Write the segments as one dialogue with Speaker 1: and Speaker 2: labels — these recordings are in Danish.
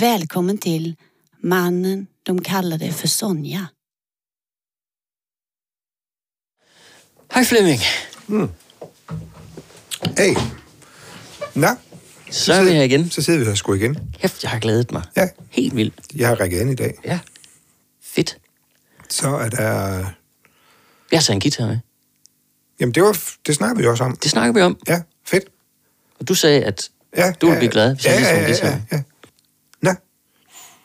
Speaker 1: Välkommen till Mannen de kallade för Sonja.
Speaker 2: Hej Flemming.
Speaker 3: Hey. Nå,
Speaker 2: Så er vi her igen.
Speaker 3: så sidder vi her sgu igen.
Speaker 2: Kæft, jeg har glædet mig.
Speaker 3: Ja.
Speaker 2: Helt vildt.
Speaker 3: Jeg har rækket ind i dag.
Speaker 2: Ja. Fedt.
Speaker 3: Så er der...
Speaker 2: Jeg har taget en guitar med.
Speaker 3: Jamen, det, var, det snakkede vi også om.
Speaker 2: Det snakker vi om.
Speaker 3: Ja, fedt.
Speaker 2: Og du sagde, at
Speaker 3: Ja,
Speaker 2: du ville
Speaker 3: ja,
Speaker 2: blive glad, hvis
Speaker 3: ja,
Speaker 2: jeg lige
Speaker 3: ja,
Speaker 2: tog en
Speaker 3: ja,
Speaker 2: guitar
Speaker 3: ja,
Speaker 2: med.
Speaker 3: ja.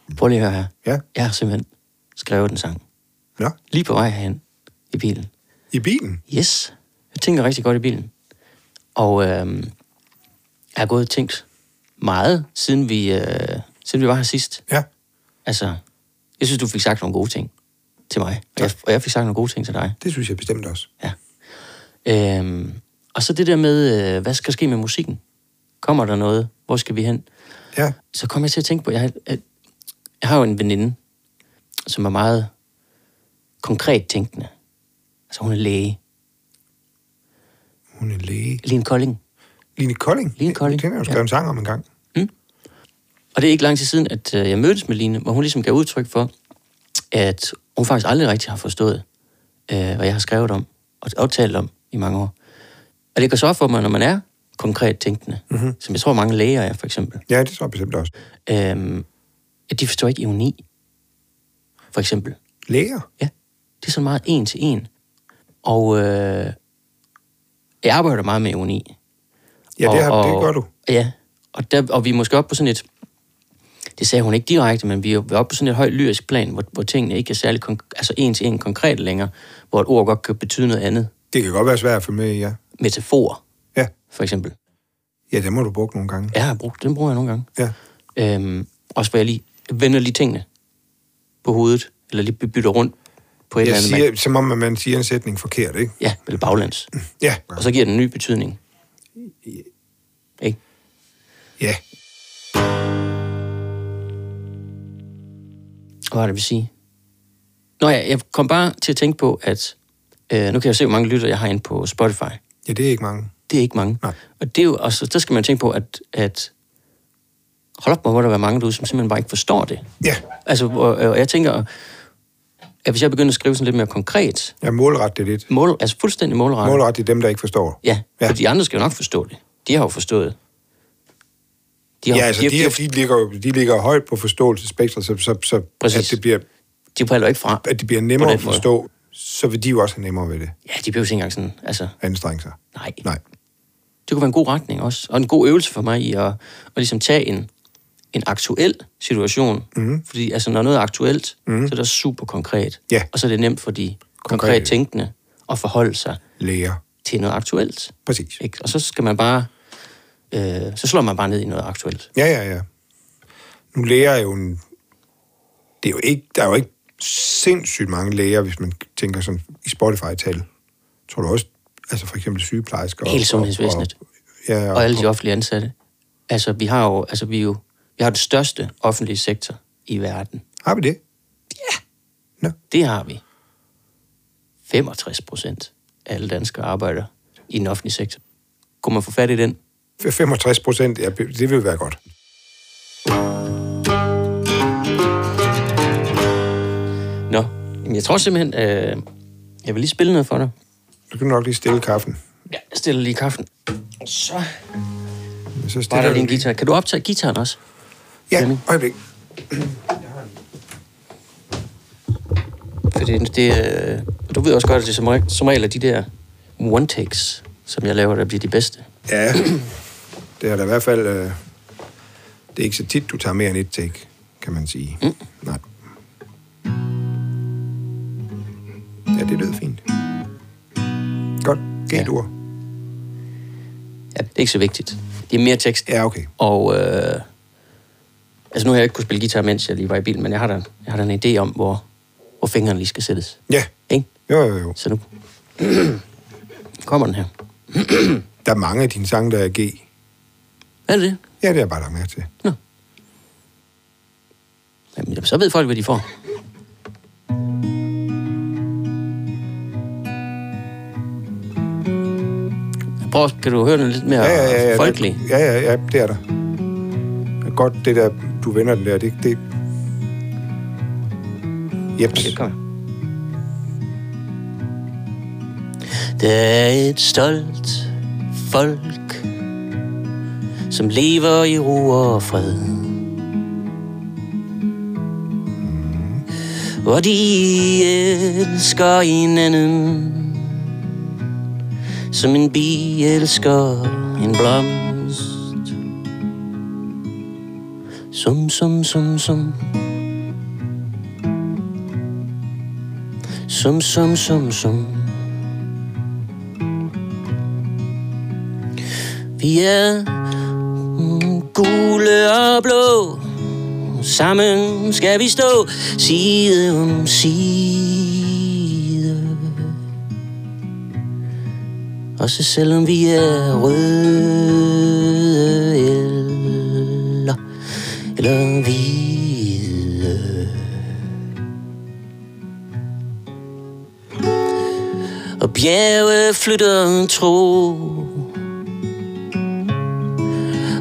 Speaker 3: Nå,
Speaker 2: Prøv lige at høre her.
Speaker 3: ja.
Speaker 2: Jeg har simpelthen skrevet en sang.
Speaker 3: Nå,
Speaker 2: Lige på vej herhen i bilen.
Speaker 3: i bilen.
Speaker 2: Yes. Jeg tænker rigtig godt i bilen. Og øhm, jeg har gået og tænkt meget, siden vi, øh, siden vi var her sidst.
Speaker 3: Ja,
Speaker 2: Altså, jeg synes, du fik sagt nogle gode ting til mig. Og jeg, og jeg fik sagt nogle gode ting til dig.
Speaker 3: det synes jeg bestemt også.
Speaker 2: Ja. Øhm, og så det der med, øh, hvad skal der ske med musikken? Kommer der noget? Hvor skal vi hen?
Speaker 3: Ja,
Speaker 2: Så kom jeg til at tænke på, jeg, har- at jeg har jo en veninde, som er meget konkret tænkende. Altså hun er læge.
Speaker 3: hun er læge.
Speaker 2: Lige en kolding.
Speaker 3: Line Kolding.
Speaker 2: Line Kolding,
Speaker 3: Den har jo skrevet
Speaker 2: ja.
Speaker 3: en sang om en gang.
Speaker 2: Og det er ikke lang tid siden, at øh, jeg mødtes med Line, hvor hun ligesom gav udtryk for, at hun faktisk aldrig rigtig har forstået, øh, hvad jeg har skrevet om og aftalt om i mange år. Og det går så op for mig, når man er konkret tænkende, mm-hmm. som jeg tror mange læger er for eksempel.
Speaker 3: Ja, det tror jeg bestemt også.
Speaker 2: Øhm, at de forstår ikke ironi, for eksempel.
Speaker 3: Læger?
Speaker 2: Ja, det er sådan meget en til en. Og øh, jeg arbejder meget med ironi.
Speaker 3: Ja, det, har,
Speaker 2: og,
Speaker 3: det gør du.
Speaker 2: Ja, og, der, og vi er måske oppe på sådan et, det sagde hun ikke direkte, men vi er vi er oppe på sådan et højt lyrisk plan, hvor, hvor tingene ikke er særlig konk- altså en til en konkret længere, hvor et ord godt kan betyde noget andet.
Speaker 3: Det kan godt være svært at få med, ja.
Speaker 2: Metafor,
Speaker 3: Ja,
Speaker 2: for eksempel.
Speaker 3: ja det må du bruge nogle gange.
Speaker 2: Jeg har brugt, den bruger jeg nogle gange.
Speaker 3: Ja,
Speaker 2: Øhm, også hvor jeg lige vender lige tingene på hovedet, eller lige bytter rundt på et
Speaker 3: jeg
Speaker 2: eller andet. man-
Speaker 3: siger, som om at man siger en sætning forkert, ikke?
Speaker 2: Ja, eller baglæns.
Speaker 3: Ja,
Speaker 2: Og så giver den en ny betydning. Ikke?
Speaker 3: ja.
Speaker 2: Hvad var det, vi sige? Nå ja, jeg kom bare til at tænke på, at øh, nu kan jeg se, hvor mange lytter jeg har inde på Spotify.
Speaker 3: Ja, det er ikke mange.
Speaker 2: Det er ikke mange.
Speaker 3: Nej.
Speaker 2: Og det er jo, altså, der skal man tænke på, at, at hold op, hvor må der være mange derude, som simpelthen bare ikke forstår det.
Speaker 3: Ja,
Speaker 2: Altså, og, og jeg tænker, at hvis jeg begynder at skrive sådan lidt mere konkret,
Speaker 3: Ja, målret det lidt.
Speaker 2: mål, altså fuldstændig målrettet,
Speaker 3: Målret det er dem, der ikke forstår.
Speaker 2: Ja, ja,
Speaker 3: Ja.
Speaker 2: for de andre skal jo nok forstå det. De har jo forstået. De
Speaker 3: Ja, altså, de, de, de, ligger, jo- de ligger højt på forståelsesspektret, så, så, så
Speaker 2: Præcis.
Speaker 3: at, det bliver,
Speaker 2: de falder jo ikke fra.
Speaker 3: at det bliver nemmere
Speaker 2: På
Speaker 3: at
Speaker 2: den måde.
Speaker 3: forstå, så vil de jo også have nemmere ved det,
Speaker 2: Ja, de behøver ikke engang sådan, altså,
Speaker 3: at anstrenge sig.
Speaker 2: nej.
Speaker 3: Nej.
Speaker 2: Det kunne være en god retning også, og en god øvelse for mig i at, at ligesom tage en, en aktuel situation.
Speaker 3: Mhm.
Speaker 2: Mm. Fordi altså, når noget er aktuelt, mm. så er det også super konkret.
Speaker 3: Ja.
Speaker 2: Og så er det nemt for de konkret,
Speaker 3: Konkrete.
Speaker 2: tænkende at forholde sig
Speaker 3: Læger.
Speaker 2: til noget aktuelt.
Speaker 3: Præcis.
Speaker 2: Ikke? Og så skal man bare, øh, så slår man bare ned i noget aktuelt.
Speaker 3: Ja, ja, ja. Nu læger er jo en... Det er jo ikke, der er jo ikke sindssygt mange læger, hvis man tænker sådan i Spotify-tal. Tror du også, altså for eksempel sygeplejersker... og-
Speaker 2: Hele sundhedsvæsenet.
Speaker 3: og- Ja,
Speaker 2: og alle de offentlige ansatte. Altså, vi har jo, altså, vi er jo vi har den største offentlige sektor i verden.
Speaker 3: Har vi det?
Speaker 2: Det har vi. 65 procent af alle danskere arbejder i den offentlige sektor. Kunne man få fat i den?
Speaker 3: 65 procent, ja, det vil være godt.
Speaker 2: Nå, jamen, jeg tror simpelthen, øh, jeg vil lige spille noget for dig.
Speaker 3: Du kan du nok lige stille kaffen.
Speaker 2: Ja, jeg stiller lige kaffen. Så
Speaker 3: Så
Speaker 2: var der
Speaker 3: stiller du
Speaker 2: din
Speaker 3: lige-
Speaker 2: guitar. Kan du optage gitaren også?
Speaker 3: Ja,
Speaker 2: Flemming.
Speaker 3: øjeblik.
Speaker 2: For det, det, øh, du ved også godt, at det som regel, som regel er de der one-takes, som jeg laver, der bliver de bedste.
Speaker 3: Ja, det er da i hvert fald... Øh, det er ikke så tit, du tager mere end et take, kan man sige. Mm. Nej. Ja, det lød fint. Godt. G-dur.
Speaker 2: Ja, det er ikke så vigtigt. Det er mere tekst.
Speaker 3: Ja. ja, okay.
Speaker 2: Og øh, altså nu har jeg ikke kunnet spille guitar, mens jeg lige var i bilen, men jeg har da, jeg har da en idé om, hvor, hvor fingrene lige skal sættes.
Speaker 3: Ja,
Speaker 2: Ikke?
Speaker 3: jo, jo, jo.
Speaker 2: Så nu kommer den her.
Speaker 3: Der er mange af dine sange, der er G.
Speaker 2: Er det det?
Speaker 3: Ja, det er jeg bare lagt mærke til.
Speaker 2: Nå. Jamen, så ved folk, hvad de får. Prøv, kan du høre den lidt mere
Speaker 3: Ja, ja, ja. ja
Speaker 2: folkelig?
Speaker 3: Ja, ja, ja, det er der. Godt det der du vender den der, det... det Jeps.
Speaker 2: Okay, kom. Der er et stolt folk, som lever i ro og fred. Og de elsker hinanden, som en bi elsker en blomst. Sum, sum, sum, sum. Sum, sum, sum, sum. Vi er mm, gule og blå. Sammen skal vi stå side om side. Også selvom vi er røde eller, eller hvide. Og bjerge flytter tro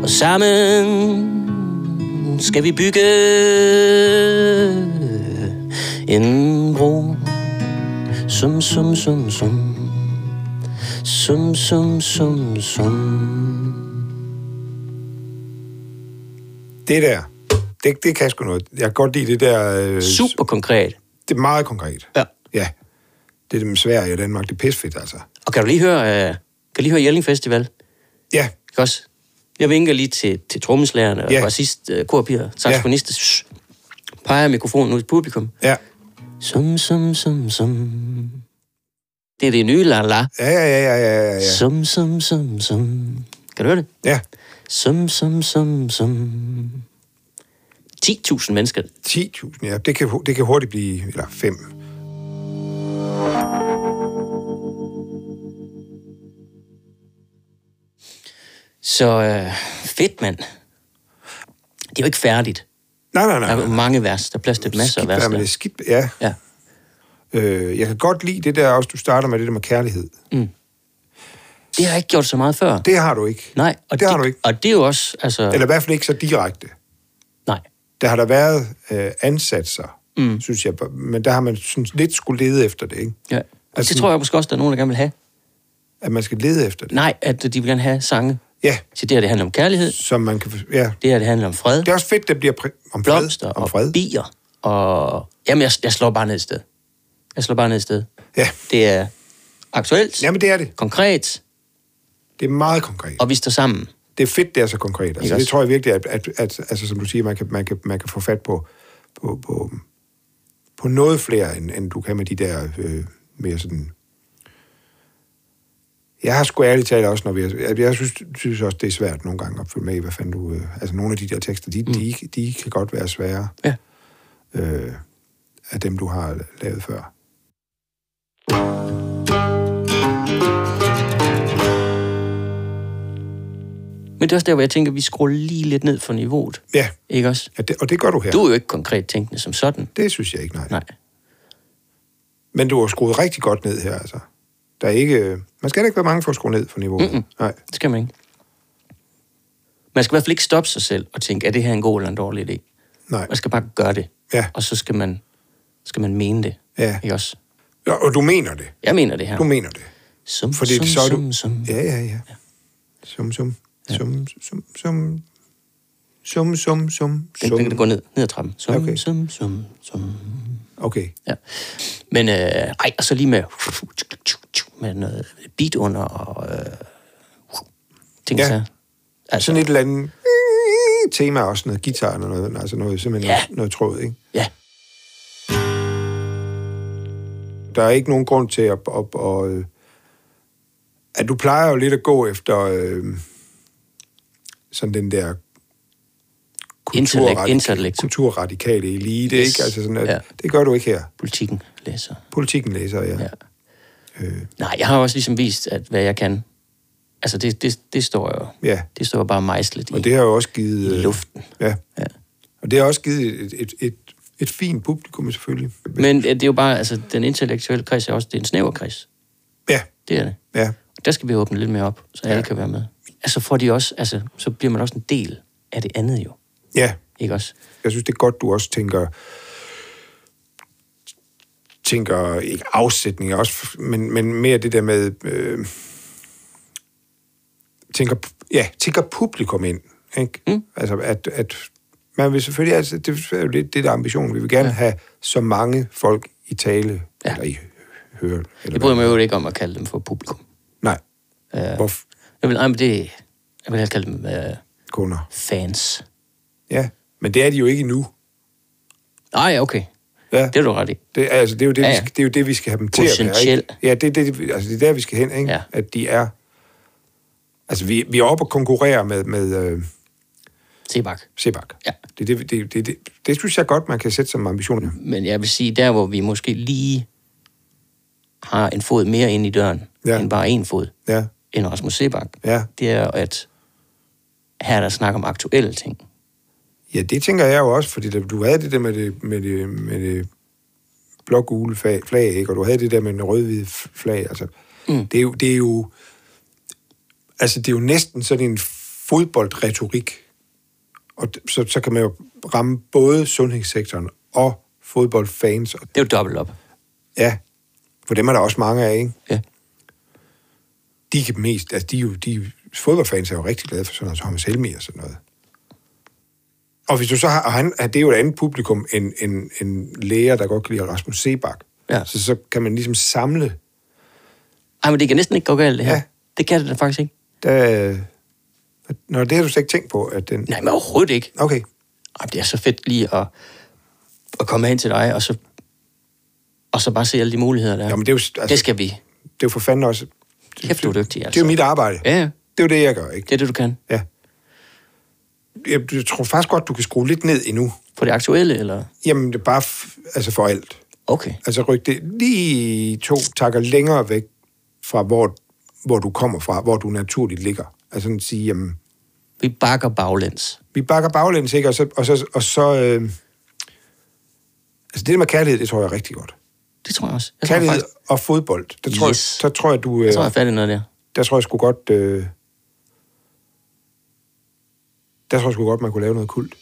Speaker 2: og sammen skal vi bygge en bro. Sum, sum, sum, sum. Sum, sum, sum, sum.
Speaker 3: Det der, det, det kan sgu noget. Jeg kan godt lide det der... Øh,
Speaker 2: Super konkret.
Speaker 3: Det er meget konkret.
Speaker 2: Ja.
Speaker 3: Ja. Det er det med Sverige og Danmark. Det er pissfedt, altså.
Speaker 2: Og kan du lige høre, øh, kan du lige høre Jelling Festival?
Speaker 3: Ja,
Speaker 2: Ikke også? Jeg vinker lige til, til trommeslagerne og
Speaker 3: Ja.
Speaker 2: bassist, øh, korpiger, saxofonister. Peger mikrofonen ud til publikum.
Speaker 3: ja.
Speaker 2: Sum, sum, sum, sum. Det er det nye la la.
Speaker 3: Ja, ja, ja, ja, ja, ja, ja.
Speaker 2: Sum, sum, sum, sum. Kan du høre det?
Speaker 3: Ja,
Speaker 2: Sum, sum, sum, sum. 10.000 mennesker.
Speaker 3: 10.000, ja. Det kan, det kan hurtigt blive... Eller 5.
Speaker 2: Så øh, fedt, mand. Det er jo ikke færdigt.
Speaker 3: Nej, nej,
Speaker 2: Der
Speaker 3: nej.
Speaker 2: er jo mange vers. Der er plads til masser af vers.
Speaker 3: Skidt, men det
Speaker 2: Der.
Speaker 3: er skidt, ja.
Speaker 2: Ja.
Speaker 3: Øh, jeg kan godt lide det der også, du starter med det der med kærlighed.
Speaker 2: Det har jeg ikke gjort så meget før.
Speaker 3: Det har du ikke.
Speaker 2: Nej, og
Speaker 3: det har du ikke.
Speaker 2: Og det er jo også, altså...
Speaker 3: Eller i hvert fald ikke så direkte.
Speaker 2: Nej.
Speaker 3: Der har der været øh, ansatser, mm. synes jeg. Men der har man synes, lidt skulle lede efter det, ikke?
Speaker 2: Ja. Altså,
Speaker 3: Altså-
Speaker 2: det tror jeg måske også, der er nogen, der gerne vil have.
Speaker 3: At man skal lede efter det.
Speaker 2: Nej, at de vil gerne have sange.
Speaker 3: Ja,
Speaker 2: Så det her, det handler om kærlighed.
Speaker 3: som man kan... Ja.
Speaker 2: Det her, det handler om fred.
Speaker 3: Det er også fedt, det bliver præ- om fred.
Speaker 2: blomster
Speaker 3: om
Speaker 2: og
Speaker 3: fred.
Speaker 2: bier. Og... Jamen, jeg, jeg slår bare ned et sted. Jeg slår bare ned et sted.
Speaker 3: Ja.
Speaker 2: Det er aktuelt,
Speaker 3: Jamen, det er det.
Speaker 2: konkret,
Speaker 3: Det er meget konkret.
Speaker 2: og vi står sammen.
Speaker 3: det er fedt, det er så konkret.
Speaker 2: Ikke
Speaker 3: Altså,
Speaker 2: også?
Speaker 3: det tror jeg virkelig, at, at, at altså, som du siger, man kan, man kan, man kan få fat på, på, på, på noget flere, end, end du kan med de der øh, mere sådan... Jeg har sgu ærligt talt også, når vi... har- altså, Jeg, jeg synes, synes også, det er svært nogle gange at følge med i, hvad fanden du... Øh, altså, nogle af de der tekster, de, mm. de, de kan godt være svære
Speaker 2: Ja.
Speaker 3: øh, af dem, du har lavet før.
Speaker 2: Men det er også der, hvor jeg tænker, at vi skruer lige lidt ned for niveauet.
Speaker 3: Ja,
Speaker 2: Ikke også?
Speaker 3: ja det, og det gør du her.
Speaker 2: Du er jo ikke konkret tænkende som sådan.
Speaker 3: Det synes jeg ikke, nej.
Speaker 2: Nej.
Speaker 3: Men du har skruet rigtig godt ned her, altså. Der er ikke... øh, Man skal da ikke være mange for at skrue ned for niveauet.
Speaker 2: Mm-mm.
Speaker 3: Nej.
Speaker 2: Det skal man ikke. Man skal i hvert fald ikke stoppe sig selv og tænke, er det her en god eller en dårlig idé?
Speaker 3: Nej.
Speaker 2: Man skal bare gøre det.
Speaker 3: Ja.
Speaker 2: Og så skal man, skal man mene det.
Speaker 3: Ja.
Speaker 2: Ikke også?
Speaker 3: ja. Og du mener det.
Speaker 2: Jeg mener det her.
Speaker 3: Du mener det.
Speaker 2: Som,
Speaker 3: Fordi
Speaker 2: som,
Speaker 3: så er du-
Speaker 2: som, som.
Speaker 3: Ja, ja, ja. Sum, sum, sum, sum, sum, sum, sum, sum,
Speaker 2: Den, den, den går
Speaker 3: sum.
Speaker 2: ned, ned ad trappen. Som,
Speaker 3: Okay.
Speaker 2: som, som, som.
Speaker 3: Okay.
Speaker 2: Ja. Men øh, ej, og så lige med, med noget beat under og øh, ting
Speaker 3: Ja.
Speaker 2: ja. Altså,
Speaker 3: Sådan et eller andet øh, tema også, noget guitar eller noget, altså noget, simpelthen
Speaker 2: Ja.
Speaker 3: noget, noget tråd, ikke?
Speaker 2: ja.
Speaker 3: Der er ikke nogen grund til at... at, at, at at du plejer jo lidt at gå efter øh, sådan den der
Speaker 2: Intellekt,
Speaker 3: kulturradik-
Speaker 2: intellekt.
Speaker 3: kulturradikale elite, yes.
Speaker 2: Yes.
Speaker 3: ikke? Altså sådan, at,
Speaker 2: Ja.
Speaker 3: ja. Det gør du ikke her.
Speaker 2: Politikken læser.
Speaker 3: Politikken læser, ja.
Speaker 2: Ja.
Speaker 3: ja. Øh,
Speaker 2: Nej, jeg har også ligesom vist, at hvad jeg kan. Altså, det, det, det står jo
Speaker 3: ja.
Speaker 2: det står jo bare mejslet i.
Speaker 3: Og det har jo også givet...
Speaker 2: i
Speaker 3: øh,
Speaker 2: luften.
Speaker 3: Ja.
Speaker 2: Ja.
Speaker 3: Og det har også givet et, et, et, et fint publikum, selvfølgelig.
Speaker 2: Men øh, det er jo bare, altså, den intellektuelle kreds er også, det er en snæver kreds.
Speaker 3: Ja,
Speaker 2: Det er det.
Speaker 3: ja.
Speaker 2: Og der skal vi åbne lidt mere op, så alle
Speaker 3: Ja.
Speaker 2: kan være med. Altså, får de også, altså, så bliver man også en del af det andet jo.
Speaker 3: Ja,
Speaker 2: Ikke også?
Speaker 3: Jeg synes, det er godt, du også tænker tænker ikke afsætninger også, men, men mere det der med øh, tænker, ja, tænker publikum ind. Ikke? Mm. Altså, at, at man vil selvfølgelig, altså, det er jo lidt det, der er ambitionen. Vi vil gerne ja. have så mange folk i tale, ja. eller i høre. Eller
Speaker 2: Jeg bryder mig jo ikke om at kalde dem for publikum.
Speaker 3: Nej,
Speaker 2: Øh,
Speaker 3: hvorfor
Speaker 2: jeg vil, nej, men det, jeg vil hellere kalde dem øh,
Speaker 3: kunder?
Speaker 2: fans.
Speaker 3: Ja, men det er de jo ikke endnu.
Speaker 2: Nej, Ah, okay.
Speaker 3: Ja.
Speaker 2: Det er du ret i.
Speaker 3: Det, altså, det, er jo det, ja,
Speaker 2: Ja,
Speaker 3: ja. Vi
Speaker 2: ja.
Speaker 3: skal, det er jo det, vi skal have dem til at være.
Speaker 2: Potentiel.
Speaker 3: Ikke? Ja, det, er det, vi- altså, det er der, vi skal hen, ikke?
Speaker 2: Ja.
Speaker 3: At de er... Altså, vi, vi er oppe og konkurrere med, med øh,
Speaker 2: Sebak.
Speaker 3: Sebak.
Speaker 2: Ja.
Speaker 3: Det, er det, det, det, det, det synes jeg godt, man kan sætte som ambition. jo.
Speaker 2: Men jeg vil sige, der hvor vi måske lige har en fod mere ind i døren,
Speaker 3: Ja.
Speaker 2: ja. end bare en fod,
Speaker 3: Ja,
Speaker 2: end Rasmus Sebak,
Speaker 3: ja.
Speaker 2: det er, at her er der snak om aktuelle ting.
Speaker 3: Ja, det tænker jeg jo også, fordi der- du havde det der med det, med det, med det blå-gule flag, flag, ikke? og du havde det der med den rød-hvide f- flag. Altså, mm. det, er jo, det er jo... Altså, det er jo næsten sådan en fodboldretorik. Og d- så, så kan man jo ramme både sundhedssektoren og fodboldfans. Og,
Speaker 2: Det er jo dobbelt op.
Speaker 3: ja, for dem er der også mange af, ikke?
Speaker 2: Ja.
Speaker 3: De kan mest... Altså, de, er jo, de fodboldfans er jo rigtig glade for sådan noget, som Thomas Helmi og sådan noget. Og hvis du så har, og han, det er jo et andet publikum end, end, end læger, der godt kan lide Rasmus Sebak.
Speaker 2: Ja.
Speaker 3: Så, så kan man ligesom samle,
Speaker 2: Ej, men det kan næsten ikke gå galt, det her.
Speaker 3: Ja.
Speaker 2: Ja. Det kan det da faktisk ikke.
Speaker 3: der, når det har du slet ikke tænkt på, at den...
Speaker 2: Nej, men overhovedet ikke.
Speaker 3: Okay,
Speaker 2: Ej, det er så fedt lige at, at komme hen til dig, og så, og så bare se alle de muligheder, der er.
Speaker 3: Jamen, det er jo s- altså-
Speaker 2: det skal vi.
Speaker 3: det er jo for fanden også...
Speaker 2: Kæft, du er dygtig,
Speaker 3: Det er
Speaker 2: altså.
Speaker 3: jo mit arbejde.
Speaker 2: Ja, ja.
Speaker 3: Det er jo det, jeg gør, ikke?
Speaker 2: Det er det, du kan.
Speaker 3: Ja. Jeg, jeg tror faktisk godt, du kan skrue lidt ned endnu.
Speaker 2: På det aktuelle, eller?
Speaker 3: Jamen, det er bare f- altså for alt.
Speaker 2: Okay.
Speaker 3: Altså ryk det lige to takker længere væk fra, hvor, hvor du kommer fra, hvor du naturligt ligger. Altså sådan at sige, jamen,
Speaker 2: Vi bakker baglæns.
Speaker 3: vi bakker baglæns, ikke? Og så... Og så, og så øh, altså det der med kærlighed, det tror jeg er rigtig godt.
Speaker 2: Det tror jeg også. Jeg tror,
Speaker 3: Kærlighed
Speaker 2: faktisk,
Speaker 3: og fodbold, der tror,
Speaker 2: Yes.
Speaker 3: yes. jeg, der tror jeg, du... Øh,
Speaker 2: jeg tror, jeg er fat i noget der.
Speaker 3: der tror jeg sgu godt... Øh, der tror jeg sgu godt, man kunne lave noget kult.